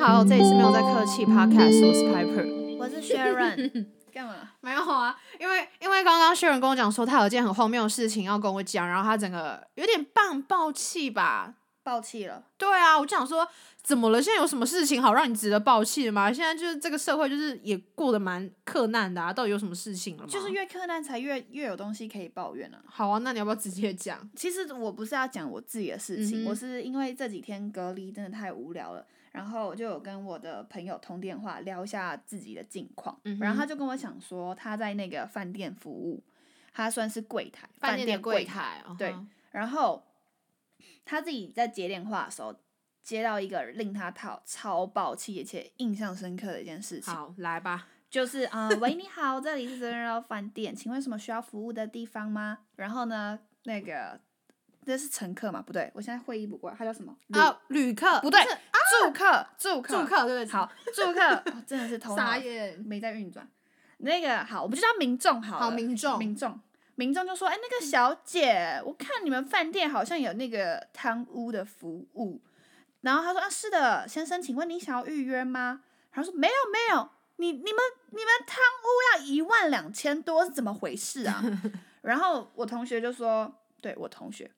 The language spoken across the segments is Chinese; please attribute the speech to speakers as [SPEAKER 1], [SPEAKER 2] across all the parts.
[SPEAKER 1] 好，这里是没有在客气 Podcast，我是 Piper。
[SPEAKER 2] 我是 Sharon，干嘛？
[SPEAKER 1] 没有啊，因为因为刚刚 Sharon 跟我讲说，他有一件很荒谬的事情要跟我讲，然后他整个有点半爆气吧。
[SPEAKER 2] 爆气了？
[SPEAKER 1] 对啊，我就想说，怎么了？现在有什么事情好让你值得爆气的吗？现在就是这个社会，就是也过得蛮克难的啊。到底有什么事情了吗？
[SPEAKER 2] 就是越困难才越越有东西可以抱怨啊。
[SPEAKER 1] 好啊，那你要不要直接讲？
[SPEAKER 2] 其实我不是要讲我自己的事情，
[SPEAKER 1] 嗯哼
[SPEAKER 2] 我是因为这几天隔离真的太无聊了，然后我就有跟我的朋友通电话聊一下自己的近况，
[SPEAKER 1] 嗯哼
[SPEAKER 2] 然后他就跟我讲说他在那个饭店服务，他算是柜台，
[SPEAKER 1] 饭
[SPEAKER 2] 店
[SPEAKER 1] 店的柜
[SPEAKER 2] 台，
[SPEAKER 1] 台，嗯哼
[SPEAKER 2] 对然后他自己在接电话的时候。接到一个令他超超爆气，而且印象深刻的一件事情，
[SPEAKER 1] 好，来吧。
[SPEAKER 2] 就是啊、呃喂，你好，这里是真人肉饭店，请问有什么需要服务的地方吗？然后呢，那个这是乘客嘛？不对，我现在会意不过来，他叫什么？
[SPEAKER 1] 啊，旅客
[SPEAKER 2] 不对，
[SPEAKER 1] 是
[SPEAKER 2] 住客，住客，
[SPEAKER 1] 啊住。客对不对？
[SPEAKER 2] 好，住客、哦真的是头脑
[SPEAKER 1] 傻眼。
[SPEAKER 2] 没在运转。那个好，我们就叫民众好了。
[SPEAKER 1] 好，民众，
[SPEAKER 2] 民众，民众就说：“哎、那个小姐，我看你们饭店好像有那个贪污的服务。”然后他说：“啊，是的，先生，请问你想要预约吗？”他说：“没有，没有，你你们你们贪污要一万两千多是怎么回事啊？” 然后我同学就说：“对我同学。”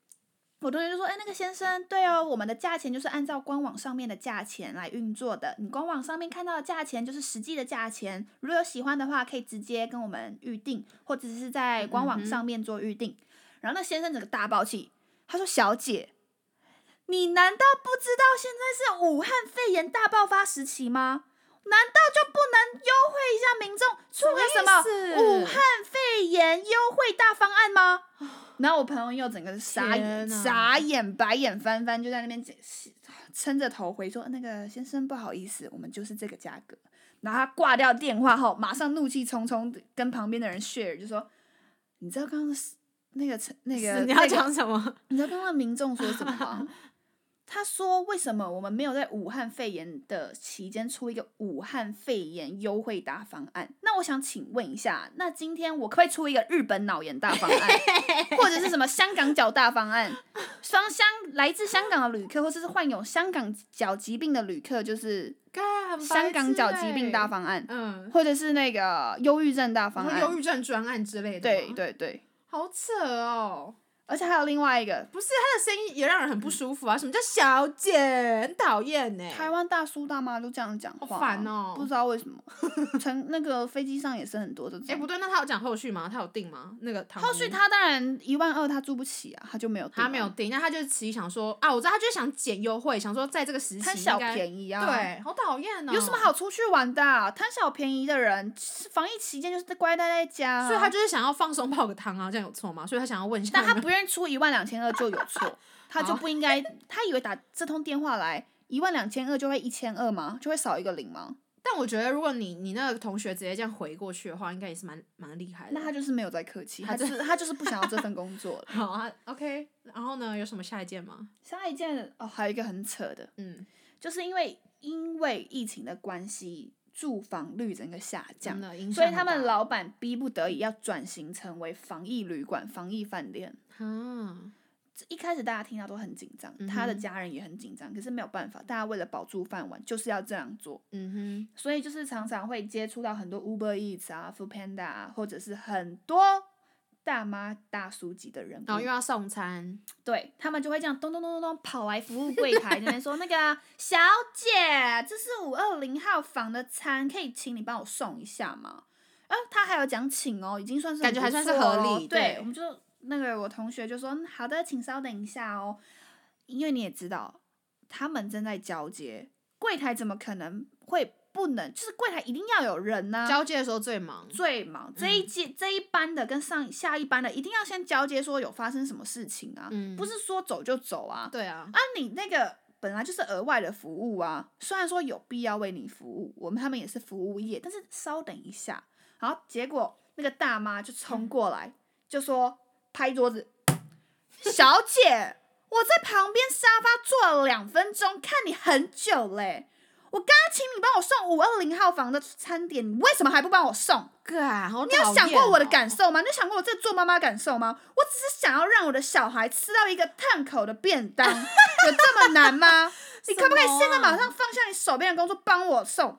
[SPEAKER 2] 我同学就说：“哎，那个先生，对哦，我们的价钱就是按照官网上面的价钱来运作的。你官网上面看到的价钱就是实际的价钱。如果有喜欢的话，可以直接跟我们预定，或者是在官
[SPEAKER 1] 嗯
[SPEAKER 2] 网
[SPEAKER 1] 哼
[SPEAKER 2] 上面做预定。然后那先生整个大爆气，他说：“小姐，你难道不知道现在是武汉肺炎大爆发时期吗？难道就不能优惠一下民众，出个什么
[SPEAKER 1] 什么意思
[SPEAKER 2] 武汉肺炎优惠大方案吗？”然后我朋友又整个傻眼，
[SPEAKER 1] 天哪
[SPEAKER 2] 傻眼，白眼翻翻，就在那边解释撑着头回说：“那个先生，不好意思，我们就是这个价格。”然后他挂掉电话后，马上怒气冲冲地跟旁边的人 share，就说：“你知道刚刚是那个陈那个
[SPEAKER 1] 是 你
[SPEAKER 2] 那
[SPEAKER 1] 要
[SPEAKER 2] 个
[SPEAKER 1] 讲什么？
[SPEAKER 2] 你知道刚刚民众说什么 吗？他说：“为什么我们没有在武汉肺炎的期间出一个武汉肺炎优惠大方案？”那我想请问一下，那今天我可不可以出一个日本脑炎大方案，或者是什么香港脚大方案？双香来自香港的旅客，或者是患有香港脚疾病的旅客，就是
[SPEAKER 1] 干很白
[SPEAKER 2] 香港
[SPEAKER 1] 痴
[SPEAKER 2] 脚疾病大
[SPEAKER 1] 欸
[SPEAKER 2] 方案，
[SPEAKER 1] 嗯，
[SPEAKER 2] 或者是那个忧郁症大方
[SPEAKER 1] 然后忧
[SPEAKER 2] 案。
[SPEAKER 1] 郁症专案之类的，
[SPEAKER 2] 对，对对，
[SPEAKER 1] 好扯哦。
[SPEAKER 2] 而且还有另外一个
[SPEAKER 1] 不是他的声音也让人很不舒服啊！什么叫小姐，很讨厌呢。
[SPEAKER 2] 台湾大叔大妈都这样讲话，
[SPEAKER 1] 好烦哦
[SPEAKER 2] 不知道为什么， 乘那个飞机上也是很多这
[SPEAKER 1] 哎，
[SPEAKER 2] 种。
[SPEAKER 1] 不对，那他有讲后续吗？他有定吗？那个唐
[SPEAKER 2] 后续
[SPEAKER 1] 尼
[SPEAKER 2] 他当然一万二他住不起啊，他就没有订啊，
[SPEAKER 1] 他没有定，那他就其实想说啊，我知道他就想捡优惠，想说在这个时期
[SPEAKER 2] 贪小
[SPEAKER 1] 应该
[SPEAKER 2] 便宜啊。，
[SPEAKER 1] 对，好讨厌哦。
[SPEAKER 2] 有什么？好出去玩的啊、贪小便宜的人，防疫期间就是乖待在家啊、
[SPEAKER 1] 所以他就是想要放松泡个汤啊，这样有错吗？所以他想要问一下有
[SPEAKER 2] 但
[SPEAKER 1] 没有，
[SPEAKER 2] 他不愿意出一万两千二就有错， 他就不应该，他以为打这通电话来一万两千二就会一千二吗？就会少一个零吗？
[SPEAKER 1] 但我觉得如果你你那个同学直接这样回过去的话，应该也是蛮蛮厉害的。
[SPEAKER 2] 那他就是没有在客气，
[SPEAKER 1] 他。
[SPEAKER 2] 他就是他就是不想要这份工作了
[SPEAKER 1] 好啊，OK。然后呢，有什么下一件吗？
[SPEAKER 2] 下一件哦，还有一个很扯的，
[SPEAKER 1] 嗯，
[SPEAKER 2] 就是因为因为疫情的关系，住房率整个下
[SPEAKER 1] 真
[SPEAKER 2] 降，
[SPEAKER 1] 的影响
[SPEAKER 2] 所以
[SPEAKER 1] 很大。
[SPEAKER 2] 他们老板逼不得已要转型成为防疫旅馆、防疫饭店。
[SPEAKER 1] 啊，
[SPEAKER 2] 这一开始大家听到都很紧张，
[SPEAKER 1] 嗯哼
[SPEAKER 2] 他的家人也很紧张，可是没有办法，大家为了保住饭碗就是要这样做，
[SPEAKER 1] 嗯
[SPEAKER 2] 所以就是常常会接触到很多 Uber Eats 啊、Food Panda 啊，或者是很多大妈大叔级的人
[SPEAKER 1] 哼，然后
[SPEAKER 2] 物
[SPEAKER 1] 又要送餐，
[SPEAKER 2] 对他们就会这样咚咚咚咚咚跑来服务柜台那边说：“那个小姐，这是五二零号房的餐，可以请你帮我送一下吗？”呃，他还有讲请哦，已经算是很
[SPEAKER 1] 感觉还
[SPEAKER 2] 不
[SPEAKER 1] 算是
[SPEAKER 2] 错
[SPEAKER 1] 合
[SPEAKER 2] 咯
[SPEAKER 1] 理对
[SPEAKER 2] 对，我们就那个我同学就说嗯：“好的，请稍等一下哦。”因为你也知道，他们正在交接，柜台怎么可能会不能？就是柜台一定要有人呐、
[SPEAKER 1] 交嗯接的时候最忙。
[SPEAKER 2] 最忙这一届、这一班的跟上下一班的一定要先交接，说有发生什么事情啊，
[SPEAKER 1] 嗯
[SPEAKER 2] 不是说走就走啊。
[SPEAKER 1] 对啊，
[SPEAKER 2] 啊，你那个本来就是额外的服务啊，虽然说有必要为你服务，我们他们也是服务业，但是稍等一下。然后结果那个大妈就冲过来，就说拍桌子，小姐，我在旁边沙发坐了两分钟，看你很久嘞、我刚刚请你帮我送五二零号房的餐点，你为什么还不帮我送？
[SPEAKER 1] 干，好
[SPEAKER 2] 你有
[SPEAKER 1] 讨
[SPEAKER 2] 想
[SPEAKER 1] 厌
[SPEAKER 2] 过我的
[SPEAKER 1] 哦
[SPEAKER 2] 感受吗？你有想过我这做妈妈的感受吗？我只是想要让我的小孩吃到一个烫口的便当，有这么难吗？你可不可以现在马上放下你手边的工作，帮我送？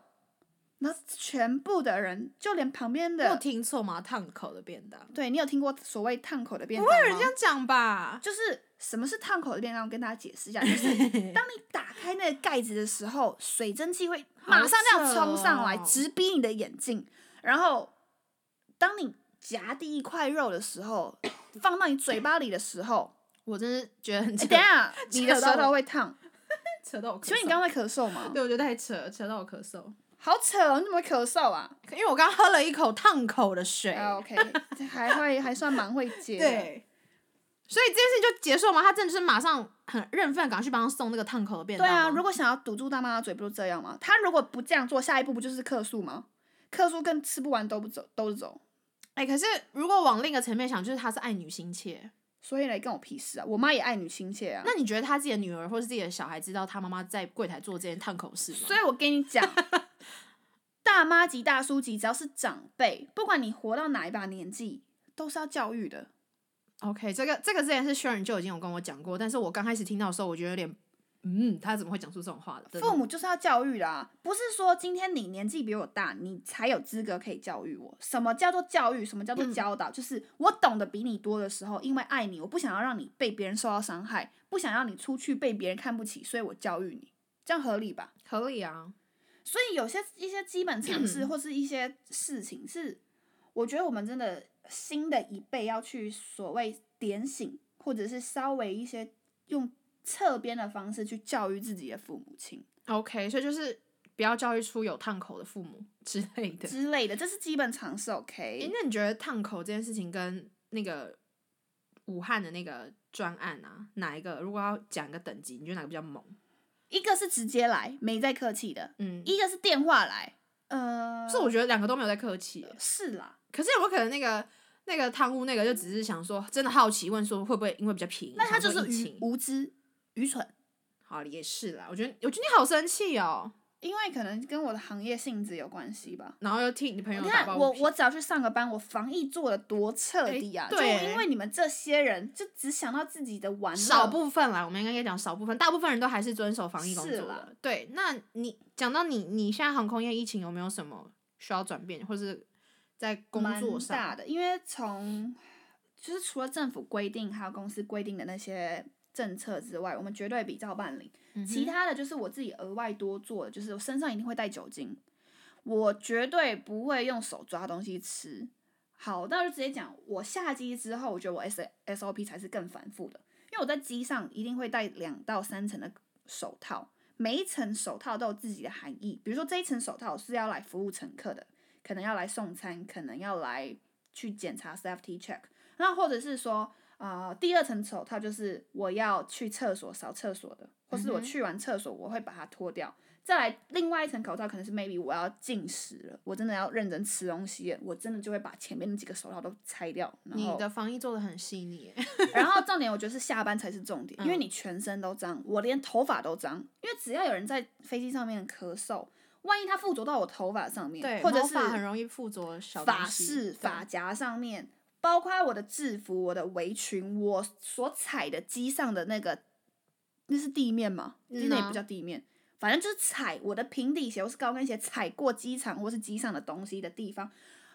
[SPEAKER 2] 然后全部的人，就连旁边
[SPEAKER 1] 我有
[SPEAKER 2] 的，
[SPEAKER 1] 听错吗？烫口的便当，
[SPEAKER 2] 对你有听过所谓烫口的便
[SPEAKER 1] 不
[SPEAKER 2] 当
[SPEAKER 1] 会有人
[SPEAKER 2] 吗
[SPEAKER 1] 这样讲吧？
[SPEAKER 2] 就是什么是烫口的便当？我跟大家解释一下，就是当你打开那个盖子的时候，水蒸气会马上这样冲上来，
[SPEAKER 1] 好扯哦
[SPEAKER 2] 直逼你的眼睛。然后，当你夹第一块肉的时候，放到你嘴巴里的时 候，
[SPEAKER 1] 我真是觉得很
[SPEAKER 2] 哎
[SPEAKER 1] 扯，
[SPEAKER 2] 等一下你的
[SPEAKER 1] 扯到
[SPEAKER 2] 舌头
[SPEAKER 1] 我
[SPEAKER 2] 会烫。
[SPEAKER 1] 扯到我咳嗽。
[SPEAKER 2] 请问你刚刚在咳嗽吗？
[SPEAKER 1] 对我觉得太扯，扯到我咳嗽，
[SPEAKER 2] 好扯哦，你怎么会咳嗽啊？
[SPEAKER 1] 因为我刚喝了一口烫口的水。
[SPEAKER 2] 啊，OK，这还会还算蛮会接的。
[SPEAKER 1] 对，所以这件事情就结束吗？他真的是马上很认份，赶快去帮他送那个烫口的便
[SPEAKER 2] 对
[SPEAKER 1] 当吗。
[SPEAKER 2] 啊，如果想要堵住大妈的嘴，不就这样吗？她如果不这样做，下一步不就是客诉吗？客诉跟吃不完都不走，都走。
[SPEAKER 1] 哎、可是如果往另一个层面想，就是他是爱女心切。
[SPEAKER 2] 所以呢，跟我屁事啊！我妈也爱女亲切啊。
[SPEAKER 1] 那你觉得他自己的女儿或是自己的小孩知道他妈妈在柜台做这件烫口事吗？
[SPEAKER 2] 所以我跟你讲，大妈级、大叔级，只要是长辈，不管你活到哪一把年纪，都是要教育的。
[SPEAKER 1] OK，这个这个之前是 Sharon 就已经有跟我讲过，但是我刚开始听到的时候，我觉得有点，嗯，他怎么会讲出这种话的？
[SPEAKER 2] 父母就是要教育啦、不是说今天你年纪比我大，你才有资格可以教育我。什么叫做教育？什么叫做教导？就是我懂得比你多的时候，因为爱你，我不想要让你被别人受到伤害，不想让你出去被别人看不起，所以我教育你，这样合理吧？
[SPEAKER 1] 合理啊，
[SPEAKER 2] 所以有些一些基本常
[SPEAKER 1] 嗯
[SPEAKER 2] 识或是一些事情是，我觉得我们真的新的一辈要去所谓点醒，或者是稍微一些用侧边的方式去教育自己的父母亲
[SPEAKER 1] OK，所以就是不要教育出有烫口的父母 之类的。
[SPEAKER 2] 之类的，这是基本常识。
[SPEAKER 1] 诶
[SPEAKER 2] OK，
[SPEAKER 1] 那你觉得烫口这件事情跟那个武汉的那个专案啊，哪一个如果要讲一个等级，你觉得哪个比较猛？
[SPEAKER 2] 一个是直接来，没在客气的；
[SPEAKER 1] 嗯，
[SPEAKER 2] 一个是电话来，呃，
[SPEAKER 1] 是我觉得两个都没有在客气耶、
[SPEAKER 2] 是啦，
[SPEAKER 1] 可是有没有可能那个那个贪污那个就只是想说，真的好奇问说会不会因为比较便宜，
[SPEAKER 2] 那他就
[SPEAKER 1] 想说
[SPEAKER 2] 是
[SPEAKER 1] 疫情
[SPEAKER 2] 愚无知、愚蠢。
[SPEAKER 1] 好也是啦，我觉得我觉得你好生气哦，
[SPEAKER 2] 因为可能跟我的行业性质有关系吧，
[SPEAKER 1] 然后又替你朋友
[SPEAKER 2] 你
[SPEAKER 1] 打
[SPEAKER 2] 看
[SPEAKER 1] 抱
[SPEAKER 2] 我，
[SPEAKER 1] 不平
[SPEAKER 2] 我只要去上个班，我防疫做的多彻
[SPEAKER 1] 哎
[SPEAKER 2] 底啊！
[SPEAKER 1] 对
[SPEAKER 2] 就因为你们这些人，就只想到自己的玩乐。
[SPEAKER 1] 少部分啦，我们应该讲少部分，大部分人都还是遵守防疫工作
[SPEAKER 2] 是啦
[SPEAKER 1] 的。对，那你讲到你你现在航空业疫情有没有什么需要转变，或是在工作
[SPEAKER 2] 蛮大
[SPEAKER 1] 上？
[SPEAKER 2] 的，因为从就是除了政府规定还有公司规定的那些政策之外，我们绝对比照办理。
[SPEAKER 1] 嗯哼
[SPEAKER 2] 其他的就是我自己额外多做的，就是我身上一定会带酒精，我绝对不会用手抓东西吃。好，那就直接讲，我下机之后，我觉得我 S S O P 才是更繁复的，因为我在机上一定会戴两到三层的手套，每一层手套都有自己的含义。比如说这一层手套是要来服务乘客的，可能要来送餐，可能要来去检查 safety check，那或者是说，呃，第二层手套就是我要去厕所扫厕所的，或是我
[SPEAKER 1] 嗯哼
[SPEAKER 2] 去完厕所我会把它脱掉。再来另外一层口罩可能是 maybe 我要进食了，我真的要认真吃东西了，我真的就会把前面那几个手套都拆掉。然
[SPEAKER 1] 你
[SPEAKER 2] 后
[SPEAKER 1] 的防疫做的很细 腻耶，
[SPEAKER 2] 然后重点，我觉得是下班才是重点，因为
[SPEAKER 1] 嗯
[SPEAKER 2] 你全身都脏，我连头发都脏，因为只要有人在飞机上面咳嗽，万一它附着到我头发上面，
[SPEAKER 1] 对，
[SPEAKER 2] 或者
[SPEAKER 1] 毛
[SPEAKER 2] 是
[SPEAKER 1] 发很容易附着小东
[SPEAKER 2] 发
[SPEAKER 1] 西
[SPEAKER 2] 饰、
[SPEAKER 1] 对
[SPEAKER 2] 发夹上面，包括我的制服、我的围裙、我所踩的机上的那个，那是地面吗？
[SPEAKER 1] 嗯
[SPEAKER 2] 其实那也
[SPEAKER 1] 啊
[SPEAKER 2] 不叫地面，反正就是踩我的平底鞋或是高跟鞋踩过机场或是机上的东西的地方，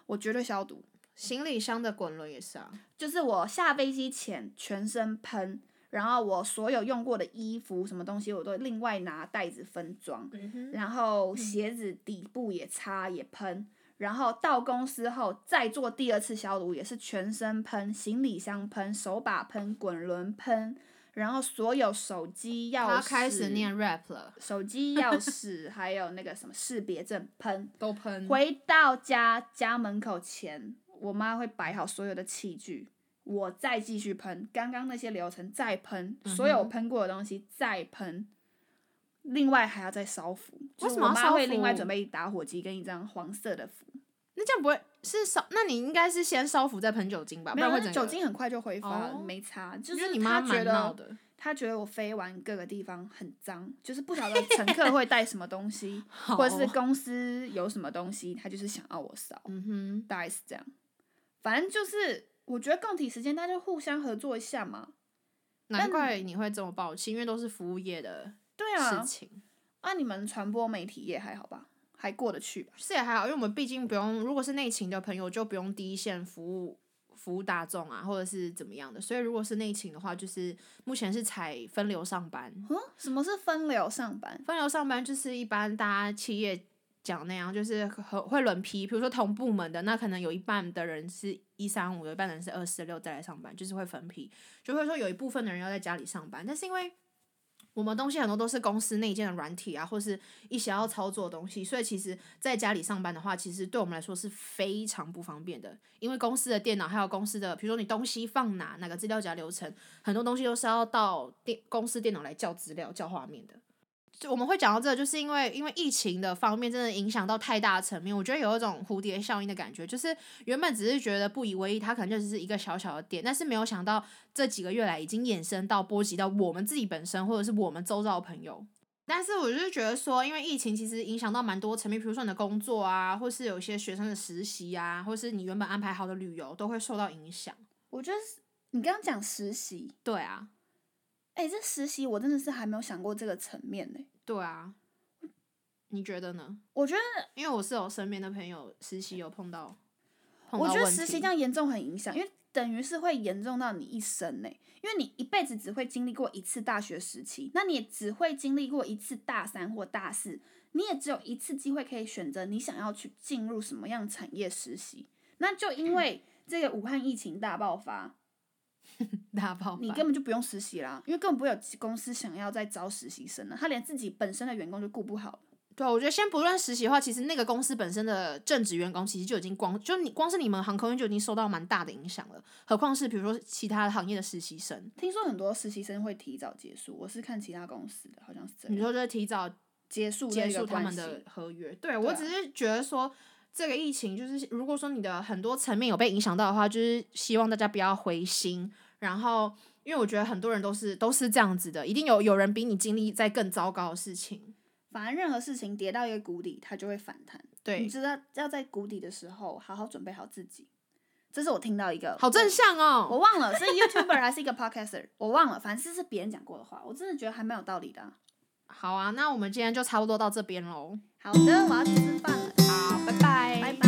[SPEAKER 2] 我绝对消毒。
[SPEAKER 1] 行李箱的滚轮也是啊，
[SPEAKER 2] 就是我下飞机前全身喷，然后我所有用过的衣服什么东西，我都另外拿袋子分装，
[SPEAKER 1] 嗯哼，
[SPEAKER 2] 然后鞋子底部也擦也喷，然后到公司后再做第二次消毒，也是全身喷，行李箱喷，手把喷，滚轮喷，然后所有手机钥匙，
[SPEAKER 1] 他开始念 rap 了，
[SPEAKER 2] 手机钥匙，还有那个什么识别证喷，
[SPEAKER 1] 都喷，
[SPEAKER 2] 回到家家门口前，我妈会摆好所有的器具，我再继续喷，刚刚那些流程再喷，
[SPEAKER 1] 嗯哼
[SPEAKER 2] 所有我喷过的东西再喷，另外还要再烧符。
[SPEAKER 1] 为
[SPEAKER 2] 就是
[SPEAKER 1] 什么
[SPEAKER 2] 我
[SPEAKER 1] 要
[SPEAKER 2] 妈
[SPEAKER 1] 烧
[SPEAKER 2] 会
[SPEAKER 1] 符
[SPEAKER 2] 另外准备打火机跟一张黄色的符，
[SPEAKER 1] 那那这样不会是烧？那你应该是先烧服再喷酒精吧，不
[SPEAKER 2] 没
[SPEAKER 1] 然
[SPEAKER 2] 有，
[SPEAKER 1] 哦会
[SPEAKER 2] 那
[SPEAKER 1] 整
[SPEAKER 2] 酒
[SPEAKER 1] 个，
[SPEAKER 2] 精很快就挥发了，
[SPEAKER 1] 哦
[SPEAKER 2] 没擦。就
[SPEAKER 1] 因为
[SPEAKER 2] 是
[SPEAKER 1] 你妈
[SPEAKER 2] 他觉
[SPEAKER 1] 蛮闹
[SPEAKER 2] 得
[SPEAKER 1] 的。
[SPEAKER 2] 他觉得我飞完各个地方很脏，就是不晓得乘客会带什么东西，
[SPEAKER 1] 好
[SPEAKER 2] 或者 是公司有什么东西，他就是想要我扫，
[SPEAKER 1] 嗯哼，
[SPEAKER 2] 大概是这样。反正就是我觉得共体时间大家就互相合作一下嘛。
[SPEAKER 1] 难怪你会这么暴气，因为都是服务业的
[SPEAKER 2] 对啊
[SPEAKER 1] 事，情。
[SPEAKER 2] 啊你们传播媒体业还好吧？还过得去吧？
[SPEAKER 1] 是也还好，因为我们毕竟不用，如果是内勤的朋友就不用第一线服务服务大众啊，或者是怎么样的。所以如果是内勤的话，就是目前是采分流上班，
[SPEAKER 2] 嗯，什么是分流上班？
[SPEAKER 1] 分流上班就是一般大家企业讲那样，就是很会轮批，比如说同部门的，那可能有一半的人是一三五，有一半的人是二四六再来上班，就是会分批，就会说有一部分的人要在家里上班，但是因为。我们东西很多都是公司内建的软体啊，或是一些要操作的东西，所以其实在家里上班的话，其实对我们来说是非常不方便的。因为公司的电脑还有公司的，比如说你东西放哪，哪个资料夹流程，很多东西都是要到电公司电脑来叫资料、叫画面的。就我们会讲到这个，就是因为因为疫情的方面真的影响到太大的层面，我觉得有一种蝴蝶效应的感觉，就是原本只是觉得不以为意，它可能就只是一个小小的点，但是没有想到这几个月来已经衍生到波及到我们自己本身，或者是我们周遭的朋友。但是我就是觉得说，因为疫情其实影响到蛮多层面，比如说你的工作啊，或是有一些学生的实习啊，或是你原本安排好的旅游都会受到影响。
[SPEAKER 2] 我觉得是你刚刚讲实习，
[SPEAKER 1] 对啊，
[SPEAKER 2] 哎、这实习我真的是还没有想过这个层面呢、
[SPEAKER 1] 对啊，你觉得呢？
[SPEAKER 2] 我觉得，
[SPEAKER 1] 因为我是有身边的朋友实习有碰到，碰
[SPEAKER 2] 我
[SPEAKER 1] 到
[SPEAKER 2] 觉得
[SPEAKER 1] 问
[SPEAKER 2] 实习
[SPEAKER 1] 题
[SPEAKER 2] 这样严重很影响，因为等于是会严重到你一生呢、因为你一辈子只会经历过一次大学时期，那你也只会经历过一次大三或大四，你也只有一次机会可以选择你想要去进入什么样产业实习。那就因为 这个武汉疫情大爆发，
[SPEAKER 1] 大爆发，
[SPEAKER 2] 你根本就不用实习啦，因为根本不会有公司想要再招实习生了，他连自己本身的员工就顾不好了。
[SPEAKER 1] 对啊，我觉得先不论实习的话，其实那个公司本身的正职员工其实就已经光，就你光是你们航空业就已经受到蛮大的影响了，何况是比如说其他行业的实习生，
[SPEAKER 2] 听说很多实习生会提早结束，我是看其他公司的，好像是这
[SPEAKER 1] 你
[SPEAKER 2] 样，
[SPEAKER 1] 说就是提早
[SPEAKER 2] 结束
[SPEAKER 1] 结
[SPEAKER 2] 这个
[SPEAKER 1] 束他
[SPEAKER 2] 关
[SPEAKER 1] 们
[SPEAKER 2] 系。
[SPEAKER 1] 的合约。对我
[SPEAKER 2] 啊
[SPEAKER 1] 只是觉得说，这个疫情就是如果说你的很多层面有被影响到的话，就是希望大家不要灰心。然后，因为我觉得很多人都是都是这样子的，一定有有人比你经历在更糟糕的事情。
[SPEAKER 2] 反正任何事情跌到一个谷底，它就会反弹。你
[SPEAKER 1] 对，
[SPEAKER 2] 知道要在谷底的时候好好准备好自己。这是我听到一个
[SPEAKER 1] 好正向
[SPEAKER 2] 我
[SPEAKER 1] 哦。
[SPEAKER 2] 忘了是 YouTuber 还是一个 Podcaster，我 忘了，反正是别人讲过的话，我真的觉得还蛮有道理的啊、
[SPEAKER 1] 好啊，那我们今天就差不多到这边喽。
[SPEAKER 2] 好的，我要去吃饭了，
[SPEAKER 1] 好，拜拜，
[SPEAKER 2] 拜拜。